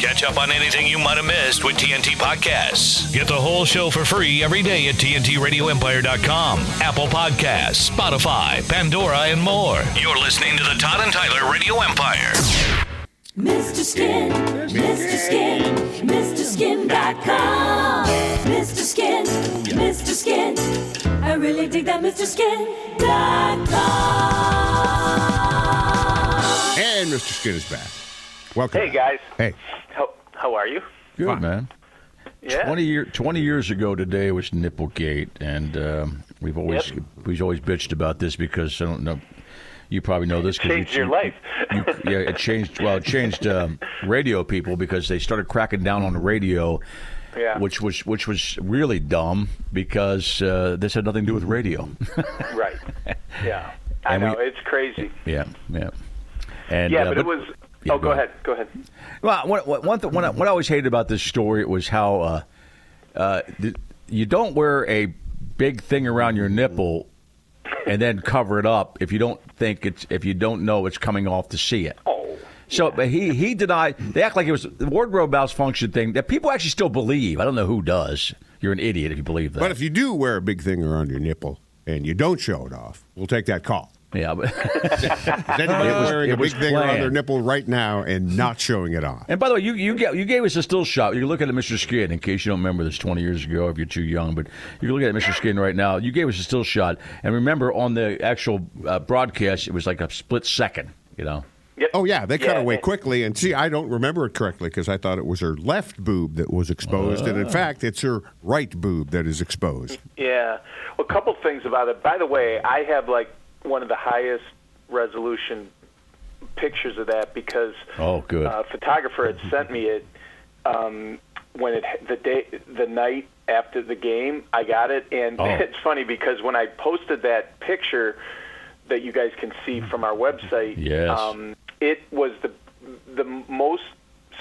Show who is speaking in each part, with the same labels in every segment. Speaker 1: Catch up on anything you might have missed with TNT Podcasts. Get the whole show for free every day at TNTRadioEmpire.com, Apple Podcasts, Spotify, Pandora, and more. You're listening to the Todd and Tyler Radio Empire.
Speaker 2: Mr. Skin, Mr. Skin, Mr. Skin.com. Mr. Skin, Mr. Skin. I really dig that Mr. Skin.com.
Speaker 3: And Mr. Skin is back. Welcome.
Speaker 4: Hey
Speaker 3: back.
Speaker 4: guys.
Speaker 3: Hey.
Speaker 4: How, how are you?
Speaker 5: Good
Speaker 3: Fine.
Speaker 5: man.
Speaker 4: Yeah.
Speaker 5: Twenty year, twenty years ago today was Nipplegate, and um, we've always
Speaker 4: Yep.
Speaker 5: we've always bitched about this because I don't know. You probably know this. 'cause you-
Speaker 4: Changed your
Speaker 5: you-
Speaker 4: life.
Speaker 5: you- yeah, it changed. Well, it changed um, radio people because they started cracking down on the radio,
Speaker 4: Yeah.
Speaker 5: which was which was really dumb because uh, this had nothing to do with radio.
Speaker 4: Right. Yeah. I
Speaker 5: And we-
Speaker 4: know it's crazy.
Speaker 5: yeah, yeah, and
Speaker 4: Yeah,
Speaker 5: uh,
Speaker 4: but, it was.
Speaker 5: Yeah,
Speaker 4: oh,
Speaker 5: go
Speaker 4: go,
Speaker 5: ahead.
Speaker 4: ahead. Go ahead.
Speaker 5: Well, what, what, one th- what, I- what I always hated about this story was how uh, uh, th- you don't wear a big thing around your nipple and then cover it up if you don't think it's if you don't know it's coming off to see it.
Speaker 4: Oh.
Speaker 5: So, but he he denied. They act like it was the wardrobe malfunction thing that people actually still believe. I don't know who does. You're an idiot if you believe that.
Speaker 3: But if you do wear a big thing around your nipple and you don't show it off, we'll take that call.
Speaker 5: yeah, but.
Speaker 3: Is anybody
Speaker 5: was-
Speaker 3: wearing
Speaker 5: it
Speaker 3: a big
Speaker 5: was
Speaker 3: thing around their
Speaker 5: planned.
Speaker 3: nipple right now and not showing it off?
Speaker 5: And by the way, you you, ga- you gave us a still shot. You're looking at Mr. Skin, in case you don't remember this 20 years ago, if you're too young, but you're looking at Mr. Skin right now. You gave us a still shot. And remember, on the actual uh, broadcast, it was like a split second, you know?
Speaker 4: Yep.
Speaker 3: Oh yeah, they cut
Speaker 4: Yeah,
Speaker 3: away
Speaker 4: it-
Speaker 3: quickly. And see, I don't remember it correctly because I thought it was her left boob that was exposed, and in
Speaker 4: Ah.
Speaker 3: fact, it's her right boob that is exposed.
Speaker 4: Yeah. Well, a couple things about it. By the way, I have like one of the highest resolution pictures of that because
Speaker 5: Oh, good.
Speaker 4: uh, photographer had sent me it um, when it the day the night after the game. I got it, and
Speaker 5: Oh.
Speaker 4: it's funny because when I posted that picture that you guys can see from our website,
Speaker 5: Yes.
Speaker 4: um, it was the the most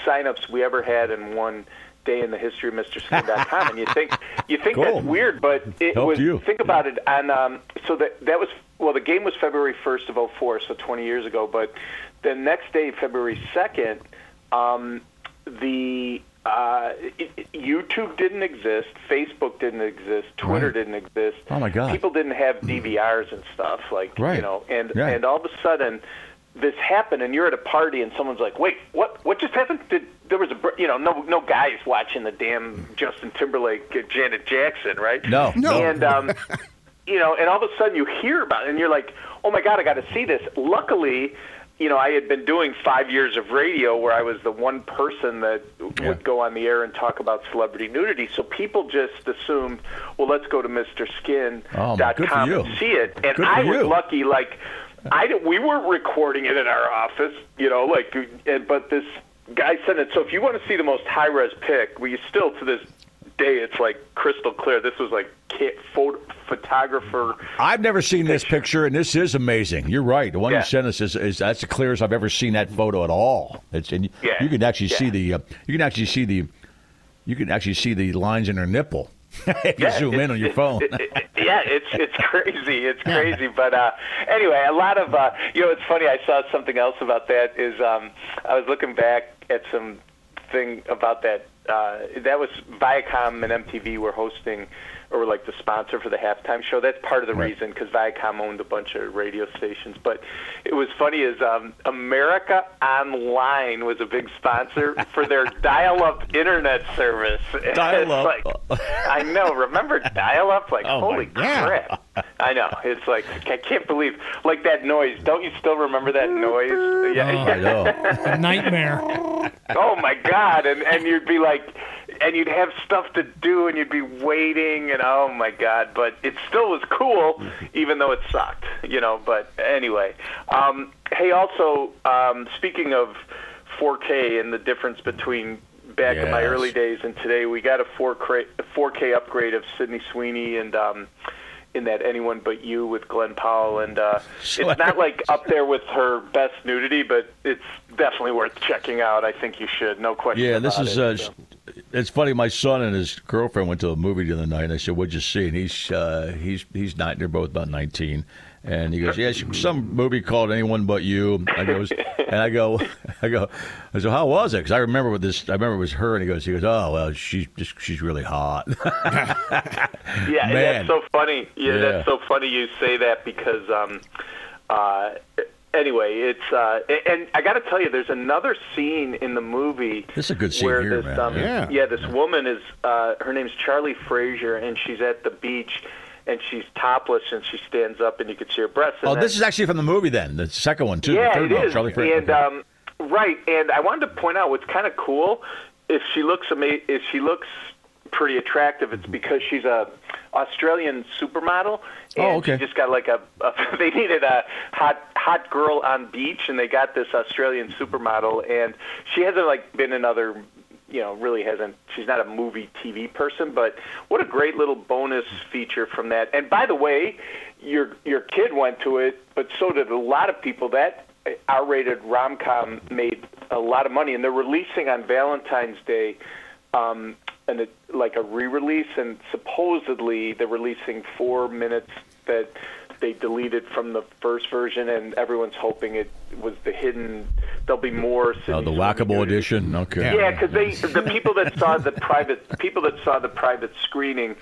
Speaker 4: signups we ever had in one day in the history of MrSkin.com. and you think you think
Speaker 5: Cool.
Speaker 4: that's weird, but it
Speaker 5: Helped
Speaker 4: was
Speaker 5: you.
Speaker 4: think about it on um, so that that was well the game was February 1st of 04 so 20 years ago but the next day February 2nd um, the uh, it, it- YouTube didn't exist Facebook didn't exist Twitter
Speaker 5: Right.
Speaker 4: didn't exist
Speaker 5: Oh, my God.
Speaker 4: people didn't have DVRs and stuff like
Speaker 5: Right.
Speaker 4: you know and
Speaker 5: Right.
Speaker 4: and all of a sudden this happened and you're at a party and someone's like wait what what just happened did there was a br- you know no no guys watching the damn Justin Timberlake uh, Janet Jackson right
Speaker 5: No. No.
Speaker 4: and um, you know, and all of a sudden you hear about it, and you're like, oh my god, I got to see this. Luckily, you know, I had been doing five years of radio where I was the one person that
Speaker 5: Yeah.
Speaker 4: would go on the air and talk about celebrity nudity. So people just assumed, well, let's go to
Speaker 5: Oh, my- good for
Speaker 4: MrSkin.com
Speaker 5: you.
Speaker 4: and see it. And
Speaker 5: Good
Speaker 4: I
Speaker 5: for
Speaker 4: was
Speaker 5: you.
Speaker 4: lucky, like. I didn't, we weren't recording it in our office, you know, like, and, but this guy sent it. So if you want to see the most high res pic, we still to this day, it's like crystal clear. This was like kid, photo, photographer.
Speaker 5: I've never seen this picture, and this is amazing. You're right. The one
Speaker 4: Yeah.
Speaker 5: you sent us is, is that's the clearest I've ever seen that photo at all. It's and you,
Speaker 4: Yeah.
Speaker 5: you can actually
Speaker 4: Yeah.
Speaker 5: see the uh, you can actually see the you can actually see the lines in her nipple if you zoom in on your phone.
Speaker 4: It- it- yeah, it's it's crazy. It's crazy. But uh, anyway, a lot of uh, you know, it's funny. I saw something else about that. Is um, I was looking back at some thing about that. Uh, that was Viacom and MTV were hosting or like the sponsor for the halftime show. That's part of the
Speaker 5: Right.
Speaker 4: reason because Viacom owned a bunch of radio stations. But it was funny is um, America Online was a big sponsor for their dial-up internet service. It's
Speaker 5: Dial-up.
Speaker 4: like- I know. Remember dial-up? Like
Speaker 5: Oh, my
Speaker 4: holy
Speaker 5: God.
Speaker 4: crap! I know. It's like I can't believe like that noise. Don't you still remember that noise? Yeah.
Speaker 5: I know.
Speaker 6: A nightmare.
Speaker 4: oh my god and and you'd be like and you'd have stuff to do and you'd be waiting and oh my god but it still was cool even though it sucked you know but anyway um hey also um speaking of 4k and the difference between back in my
Speaker 5: Yes.
Speaker 4: early days and today we got a 4k 4k upgrade of Sidney Sweeney and um in that anyone but you with Glenn Powell and uh
Speaker 5: Sure.
Speaker 4: it's not like up there with her best nudity, but it's definitely worth checking out. I think you should, no question.
Speaker 5: Yeah, this
Speaker 4: about
Speaker 5: is.
Speaker 4: it,
Speaker 5: Uh,
Speaker 4: so.
Speaker 5: It's funny. My son and his girlfriend went to a movie the other night, and I said, "What'd you see?" And he's uh, he's he's not. They're both about nineteen, and he goes, "Yeah, she- some movie called Anyone But You." I goes, and I go, I go, I said, "How was it?" Because I remember what this. I remember it was her, and he goes, he goes, "Oh well, she's just she's really hot."
Speaker 4: yeah, and
Speaker 5: man.
Speaker 4: that's so funny. Yeah,
Speaker 5: Yeah.
Speaker 4: that's so funny you say that because um uh anyway, it's uh a- and I got to tell you there's another scene in the movie
Speaker 5: This is a good scene
Speaker 4: where
Speaker 5: here,
Speaker 4: this,
Speaker 5: man.
Speaker 4: Um,
Speaker 3: Yeah.
Speaker 4: yeah, this woman is uh her name's Charlie Frazier and she's at the beach and she's topless and she stands up and you can see her breasts. and
Speaker 5: oh,
Speaker 4: then-
Speaker 5: this is actually from the movie then, the second one too. the
Speaker 4: Yeah,
Speaker 5: third
Speaker 4: it
Speaker 5: one,
Speaker 4: is.
Speaker 5: Charlie Frank.
Speaker 4: And um, right, and I wanted to point out what's kind of cool. If she looks ama- if she looks pretty attractive, it's because she's a Australian supermodel. And
Speaker 5: Oh, okay.
Speaker 4: She just got like a, a they needed a hot hot girl on beach, and they got this Australian supermodel, and she hasn't like been in other. You know, really hasn't. She's not a movie TV person, but what a great little bonus feature from that. And by the way, your your kid went to it, but so did a lot of people. That uh, R-rated rom-com made a lot of money, and they're releasing on Valentine's Day, um, and it, like a re-release, and supposedly they're releasing four minutes that they deleted from the first version, and everyone's hoping it was the hidden. There'll be more.
Speaker 5: Oh, the
Speaker 4: Sydney
Speaker 5: whackable
Speaker 4: Sweeney nudity.
Speaker 5: edition. Okay.
Speaker 4: Yeah, because they the people that saw the private people that saw the private screening,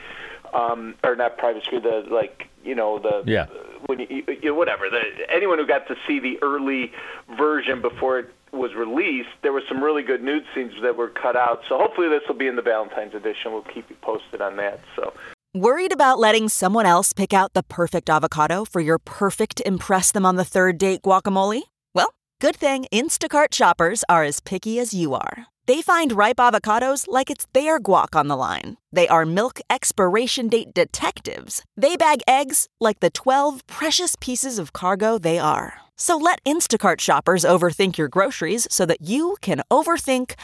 Speaker 4: um, or not private screen, the like you know the
Speaker 5: Yeah.
Speaker 4: when you, you, you whatever the, anyone who got to see the early version before it was released, there were some really good nude scenes that were cut out. So hopefully this will be in the Valentine's edition. We'll keep you posted on that. So.
Speaker 7: Worried about letting someone else pick out the perfect avocado for your perfect Impress Them on the Third Date guacamole? Well, good thing Instacart shoppers are as picky as you are. They find ripe avocados like it's their guac on the line. They are milk expiration date detectives. They bag eggs like the 12 precious pieces of cargo they are. So let Instacart shoppers overthink your groceries so that you can overthink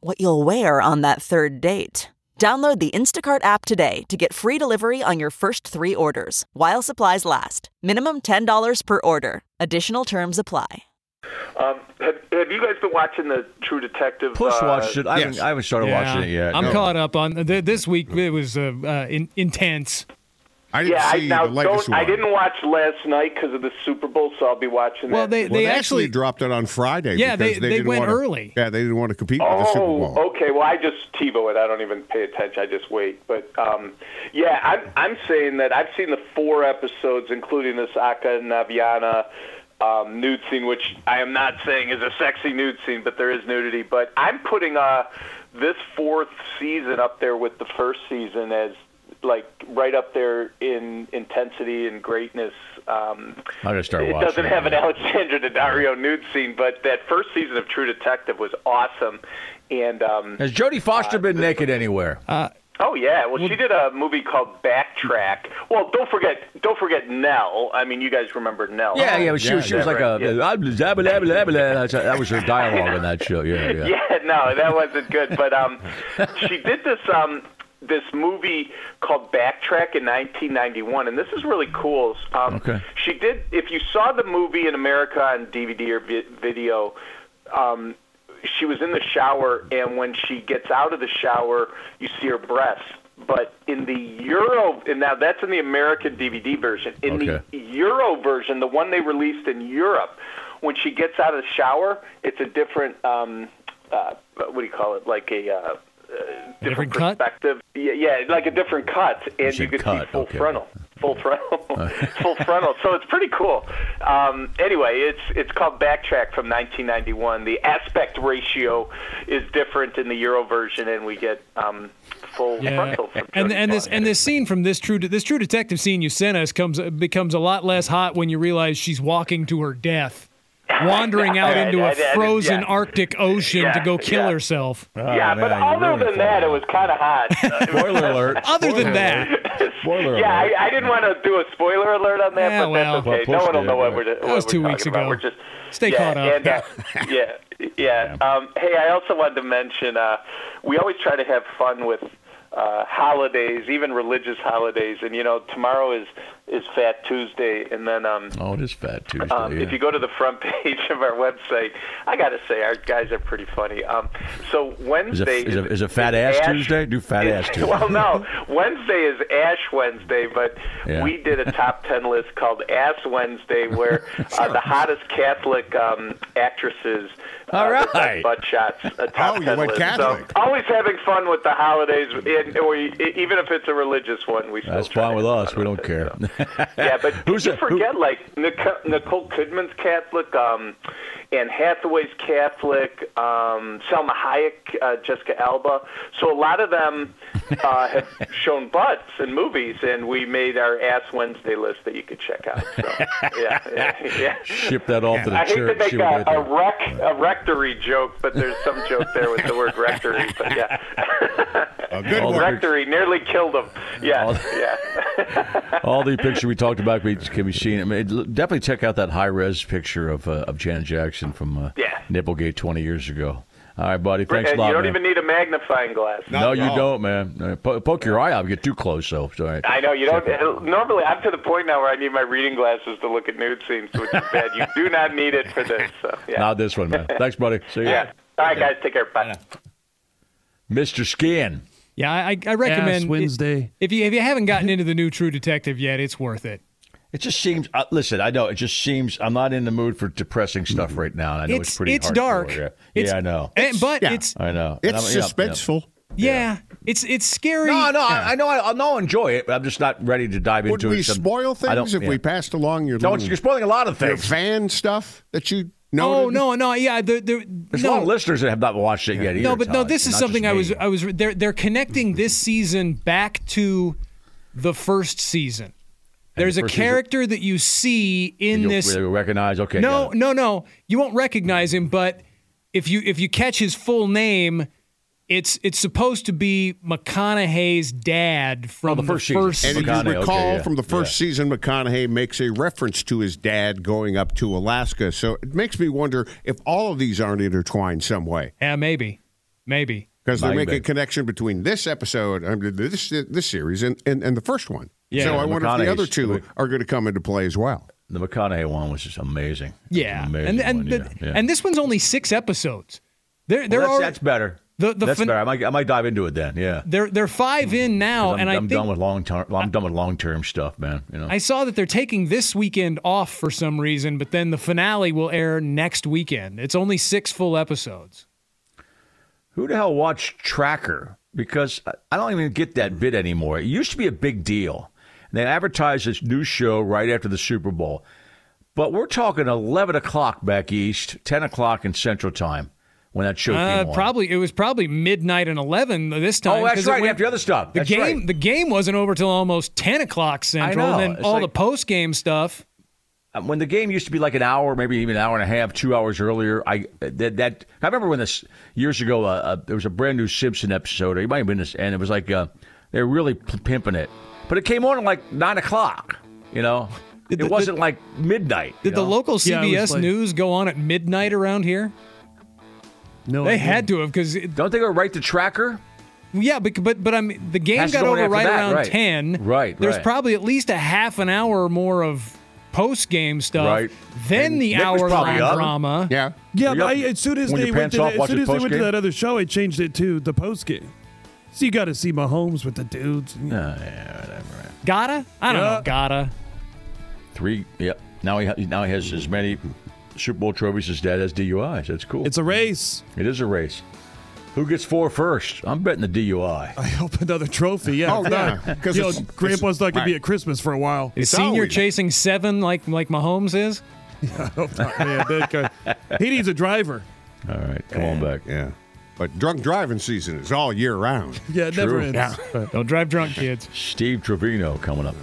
Speaker 7: what you'll wear on that third date. Download the Instacart app today to get free delivery on your first three orders while supplies last. Minimum $10 per order. Additional terms apply.
Speaker 4: Um, have, have you guys been watching the True Detective?
Speaker 5: Push
Speaker 4: uh,
Speaker 5: watched it. I,
Speaker 3: yes.
Speaker 5: haven't, I haven't started
Speaker 6: Yeah.
Speaker 5: watching it yet.
Speaker 6: I'm
Speaker 5: No.
Speaker 6: caught up on th- this week. It was uh, uh, in, intense.
Speaker 3: I didn't
Speaker 4: Yeah, I,
Speaker 3: see
Speaker 4: now
Speaker 3: the latest
Speaker 4: don't, I
Speaker 3: one.
Speaker 4: didn't watch last night because of the Super Bowl, so I'll be watching
Speaker 6: Well,
Speaker 4: that.
Speaker 6: they
Speaker 3: Well,
Speaker 6: they
Speaker 3: actually,
Speaker 6: actually
Speaker 3: dropped it on Friday.
Speaker 6: Yeah,
Speaker 3: because
Speaker 6: they- they
Speaker 3: didn't
Speaker 6: went
Speaker 3: wanna-
Speaker 6: early.
Speaker 3: Yeah, they didn't want to compete
Speaker 4: Oh,
Speaker 3: with the Super Bowl.
Speaker 4: okay. Well, I just TiVo it. I don't even pay attention. I just wait. But um, yeah, I'm I'm saying that I've seen the four episodes, including this Aka Naviana um, nude scene, which I am not saying is a sexy nude scene, but there is nudity. But I'm putting uh, this fourth season up there with the first season as like right up there in intensity and greatness. Um,
Speaker 5: I'm gonna start
Speaker 4: it
Speaker 5: watching
Speaker 4: doesn't
Speaker 5: it.
Speaker 4: have an Alexandra Daddario nude scene, but that first season of True Detective was awesome. And um,
Speaker 5: Has Jodie Foster been
Speaker 4: Uh,
Speaker 5: naked anywhere?
Speaker 4: oh yeah, well she did a movie called Backtrack. Well, don't forget, don't forget Nell. I mean, you guys remember Nell?
Speaker 5: Yeah, yeah, she, was she was
Speaker 4: yeah,
Speaker 5: like a
Speaker 4: right, yeah.
Speaker 5: "I'm blah, blah, blah, blah, blah." That's- that was her dialogue on that show. Yeah, yeah.
Speaker 4: yeah, no, that wasn't good. But um, she did this um, this movie called Backtrack in 1991, and this is really cool. Um,
Speaker 5: Okay.
Speaker 4: She did. If you saw the movie in America on DVD or vi- video, um, she was in the shower, and when she gets out of the shower, you see her breasts. But in the Euro, and now that's in the American DVD version. In
Speaker 5: Okay.
Speaker 4: the Euro version, the one they released in Europe, when she gets out of the shower, it's a different um, uh, what do you call it? Like a uh, different,
Speaker 6: Different cut?
Speaker 4: perspective. Yeah, yeah, like a different cut, and you
Speaker 5: should
Speaker 4: could
Speaker 5: cut,
Speaker 4: see full
Speaker 5: okay.
Speaker 4: frontal, full frontal, full frontal. So it's pretty cool. Um, anyway, it's it's called Backtrack from 1991. The aspect ratio is different in the Euro version, and we get um, full frontal. From
Speaker 6: and
Speaker 4: Jodie
Speaker 6: and this
Speaker 4: Foster.
Speaker 6: and this scene from this true this true detective scene you sent us comes becomes a lot less hot when you realize she's walking to her death, wandering out
Speaker 4: Right,
Speaker 6: into
Speaker 4: I- I
Speaker 6: a
Speaker 4: did,
Speaker 6: frozen
Speaker 4: yeah.
Speaker 6: Arctic ocean to
Speaker 4: Yeah,
Speaker 6: go kill
Speaker 4: yeah.
Speaker 6: herself.
Speaker 4: yeah,
Speaker 5: Oh,
Speaker 4: but
Speaker 5: man, you
Speaker 4: other
Speaker 5: ruined
Speaker 4: than that, it was kind of hot. Uh, it was-
Speaker 5: Spoiler alert.
Speaker 6: Other than
Speaker 5: Spoiler
Speaker 6: that,
Speaker 5: alert. Spoiler
Speaker 4: Yeah,
Speaker 5: alert.
Speaker 4: I, I didn't want to do a spoiler alert on that,
Speaker 6: Yeah,
Speaker 4: but
Speaker 6: well.
Speaker 4: that's okay.
Speaker 5: Well,
Speaker 4: no
Speaker 5: push
Speaker 4: one will
Speaker 5: it,
Speaker 4: know what
Speaker 5: yeah.
Speaker 4: we're. That
Speaker 6: was two weeks ago.
Speaker 4: We're just
Speaker 6: Stay
Speaker 4: yeah,
Speaker 6: caught up.
Speaker 4: And, uh, yeah, yeah. Um, hey, I also wanted to mention uh, we always try to have fun with uh, holidays, even religious holidays, and you know tomorrow is is Fat Tuesday, and then um,
Speaker 5: Oh, it is Fat Tuesday.
Speaker 4: um,
Speaker 5: yeah.
Speaker 4: If you go to the front page of our website, I got to say our guys are pretty funny. Um, so
Speaker 5: is
Speaker 4: Wednesday
Speaker 5: a- is a- is a Fat Ass Tuesday? Do Fat
Speaker 4: is-
Speaker 5: Ass Tuesday.
Speaker 4: Well, no, Wednesday is Ash Wednesday, but
Speaker 5: Yeah.
Speaker 4: we did a top ten list called Ass Wednesday, where uh, the hottest Catholic um, actresses.
Speaker 5: All
Speaker 4: uh, with
Speaker 5: right.
Speaker 4: butt shots. A top
Speaker 3: Oh, you
Speaker 4: 10
Speaker 3: went
Speaker 4: list.
Speaker 3: Catholic.
Speaker 4: So always having fun with the holidays, and we, even if it's a religious one, we still
Speaker 5: That's
Speaker 4: try
Speaker 5: fine
Speaker 4: to
Speaker 5: with
Speaker 4: have
Speaker 5: us.
Speaker 4: fun
Speaker 5: We
Speaker 4: with it,
Speaker 5: don't care.
Speaker 4: so. Yeah, but
Speaker 5: Who's
Speaker 4: you
Speaker 5: that- who-
Speaker 4: forget like Nicole, Nicole Kidman's Catholic, um, Anne Hathaway's Catholic, um, Selma Hayek, uh, Jessica Alba. So a lot of them uh, have shown butts in movies, and we made our Ass Wednesday list that you could check out. So, yeah, yeah, yeah.
Speaker 5: Ship that off to the
Speaker 4: I hate to
Speaker 5: church.
Speaker 4: make
Speaker 5: see what
Speaker 4: a,
Speaker 5: they
Speaker 4: a
Speaker 5: think.
Speaker 4: rec a rectory joke, but there's some joke there with the word rectory. But yeah,
Speaker 3: A good
Speaker 5: All
Speaker 3: one.
Speaker 5: the-
Speaker 4: rectory nearly killed him.
Speaker 5: All
Speaker 4: Yeah,
Speaker 5: the-
Speaker 4: yeah.
Speaker 5: All the picture we talked about we- can be seen. I mean, l- definitely check out that high res picture of uh, of Janet Jackson from uh,
Speaker 4: Yeah.
Speaker 5: Nipplegate 20 years ago. All right, buddy. Thanks
Speaker 4: And
Speaker 5: a lot.
Speaker 4: you don't
Speaker 5: man.
Speaker 4: even need a magnifying glass.
Speaker 3: Not
Speaker 5: no,
Speaker 3: at
Speaker 5: you
Speaker 3: all.
Speaker 5: don't, man. Uh, po- poke your eye out. Get too close, though. So, all right.
Speaker 4: I know you
Speaker 5: Check
Speaker 4: don't.
Speaker 5: it out.
Speaker 4: Normally, I'm to the point now where I need my reading glasses to look at nude scenes, which is bad. You do not need it for this. So, yeah.
Speaker 5: Not this one, man. Thanks, buddy. See you.
Speaker 4: yeah. All right, guys, take care. Bye.
Speaker 5: Mr. Skin.
Speaker 6: Yeah, I, I
Speaker 8: Ass
Speaker 6: recommend
Speaker 8: Wednesday.
Speaker 6: If you if you haven't gotten into the new True Detective yet, it's worth it.
Speaker 5: It just seems. Uh, listen, I know it just seems. I'm not in the mood for depressing stuff right now. And I know it's,
Speaker 6: It's-
Speaker 5: pretty.
Speaker 6: it's
Speaker 5: hardcore,
Speaker 6: dark.
Speaker 5: Yeah,
Speaker 6: It's-
Speaker 5: yeah I know.
Speaker 6: And, but
Speaker 3: yeah.
Speaker 6: it's
Speaker 5: I know. And
Speaker 3: It's
Speaker 5: I'm- yeah, yeah.
Speaker 3: suspenseful.
Speaker 6: yeah, it's it's scary.
Speaker 5: No, no, I, I know. I, I know. I enjoy it, but I'm just not ready to dive
Speaker 3: Would
Speaker 5: into
Speaker 3: we
Speaker 5: it. Some-
Speaker 3: spoil
Speaker 5: I
Speaker 3: things
Speaker 5: don't-
Speaker 3: if
Speaker 5: yeah.
Speaker 3: we passed along your
Speaker 5: Don't.
Speaker 3: little-
Speaker 5: You're spoiling a lot of
Speaker 3: your
Speaker 5: things.
Speaker 3: fan stuff that you know?
Speaker 6: Oh no, no, yeah, the, the,
Speaker 5: There's a
Speaker 6: no.
Speaker 5: lot of listeners that have not watched it yet. Either,
Speaker 6: No, but no,
Speaker 5: Todd.
Speaker 6: this is
Speaker 5: Not
Speaker 6: something
Speaker 5: just
Speaker 6: I was
Speaker 5: me.
Speaker 6: I was they're they're connecting this season back to the first season. There's
Speaker 5: the
Speaker 6: a
Speaker 5: first season-
Speaker 6: character that you see in
Speaker 5: You'll
Speaker 6: this
Speaker 5: really recognize. Okay.
Speaker 6: No,
Speaker 5: got it.
Speaker 6: no, no. You won't recognize him, but if you if you catch his full name, it's it's supposed to be McConaughey's dad from
Speaker 5: Oh, the
Speaker 6: the
Speaker 5: first
Speaker 6: first,
Speaker 5: season.
Speaker 3: And if
Speaker 5: McConaughey,
Speaker 3: you
Speaker 5: okay,
Speaker 3: recall
Speaker 5: yeah.
Speaker 3: from the first season, McConaughey makes a reference to his dad going up to Alaska. So it makes me wonder if all of these aren't intertwined some way
Speaker 6: Yeah, maybe. Maybe.
Speaker 3: because they
Speaker 5: Might
Speaker 3: make
Speaker 5: be.
Speaker 3: a connection between this episode, I mean, this this series, and, and, and the first one.
Speaker 6: Yeah.
Speaker 3: so I wonder if the other
Speaker 5: McConaughey's-
Speaker 3: two are going to come into play as well.
Speaker 5: The McConaughey one was just amazing. It's
Speaker 6: Yeah.
Speaker 5: an amazing
Speaker 6: and and
Speaker 5: one,
Speaker 6: the,
Speaker 5: yeah, yeah.
Speaker 6: and this one's only 6 episodes. They're
Speaker 5: Well,
Speaker 6: they're
Speaker 5: that's,
Speaker 6: alre-
Speaker 5: that's better.
Speaker 6: The- the
Speaker 5: that's
Speaker 6: fin-
Speaker 5: better. I might, I might dive into it then. Yeah.
Speaker 6: they're they're 5 in
Speaker 5: Hmm.
Speaker 6: now
Speaker 5: I'm,
Speaker 6: Oh, and I
Speaker 5: I'm
Speaker 6: think
Speaker 5: done with long term. I'm done with long term stuff, man. You know.
Speaker 6: I saw that they're taking this weekend off for some reason, but then the finale will air next weekend. It's only 6 full episodes.
Speaker 5: Who the hell watched Tracker? Because I- I don't even get that bit anymore. It used to be a big deal. And they advertised this new show right after the Super Bowl. But we're talking 11 o'clock back east, 10 o'clock in Central Time when that show
Speaker 6: Uh,
Speaker 5: came on.
Speaker 6: probably it was probably midnight and 11 this time
Speaker 5: Oh, that's
Speaker 6: 'cause it
Speaker 5: right.
Speaker 6: went-
Speaker 5: after other stuff.
Speaker 6: The
Speaker 5: That's
Speaker 6: game
Speaker 5: right.
Speaker 6: the game wasn't over till almost ten o'clock central,
Speaker 5: know.
Speaker 6: and
Speaker 5: It's
Speaker 6: then all
Speaker 5: like-
Speaker 6: the post game stuff.
Speaker 5: Um, when the game used to be like an hour, maybe even an hour and a half, two hours earlier. I that, that I remember when this years ago, uh, uh, there was a brand new Simpson episode. Or it might have been this, and it was like uh, they were really p- pimping it, but it came on at like nine o'clock. You know,
Speaker 6: Did
Speaker 5: it
Speaker 6: the-
Speaker 5: wasn't like midnight. you
Speaker 6: Did the
Speaker 5: know?
Speaker 6: local
Speaker 8: Yeah, it was
Speaker 6: CBS
Speaker 8: like-
Speaker 6: news go on at midnight around here?
Speaker 8: No,
Speaker 6: They
Speaker 8: I didn't.
Speaker 6: had to have because
Speaker 5: Don't they go right to tracker?
Speaker 6: yeah, but but but I mean the game
Speaker 5: Has to
Speaker 6: got
Speaker 5: go on
Speaker 6: over
Speaker 5: after
Speaker 6: right
Speaker 5: that,
Speaker 6: around
Speaker 5: right.
Speaker 6: ten.
Speaker 5: Right,
Speaker 6: There's
Speaker 5: right.
Speaker 6: probably at least a half an hour more of post game stuff.
Speaker 5: Right.
Speaker 6: Then
Speaker 5: And
Speaker 6: the
Speaker 5: Nick was
Speaker 6: hour long
Speaker 5: probably up.
Speaker 6: drama.
Speaker 3: Yeah.
Speaker 8: Yeah,
Speaker 5: Were you
Speaker 8: but I,
Speaker 5: up
Speaker 8: as soon as
Speaker 5: when your
Speaker 8: they went
Speaker 5: pants
Speaker 8: to,
Speaker 5: off
Speaker 8: that, as
Speaker 5: watching
Speaker 8: soon as they went to
Speaker 5: postgame?
Speaker 8: that other show, I changed it to the post game. So you got to see Mahomes with the dudes.
Speaker 5: Ah,
Speaker 6: Gotta? I don't
Speaker 8: Yeah.
Speaker 6: know. Gotta.
Speaker 5: Three. Yep. Now he ha- now he has as many Super Bowl trophies as dad has DUIs. That's cool.
Speaker 8: It's a race.
Speaker 5: It is a race. Who gets four first? I'm betting the DUI.
Speaker 6: Uh,
Speaker 8: I hope another trophy. Yeah,
Speaker 3: Oh,
Speaker 8: if not,
Speaker 3: yeah, 'cause
Speaker 8: you know,
Speaker 3: it's-
Speaker 8: Grandpa's not going to be
Speaker 3: right.
Speaker 8: at Christmas for a while.
Speaker 6: Is senior
Speaker 3: always-
Speaker 6: chasing seven like like Mahomes is?
Speaker 8: Oh, man, that guy- he needs a driver.
Speaker 5: All right, come on back.
Speaker 3: Yeah. But drunk driving season is all year round.
Speaker 8: Yeah, it never
Speaker 5: True.
Speaker 8: ends.
Speaker 3: Yeah.
Speaker 8: But-
Speaker 6: Don't drive drunk, kids.
Speaker 5: Steve Trevino coming up.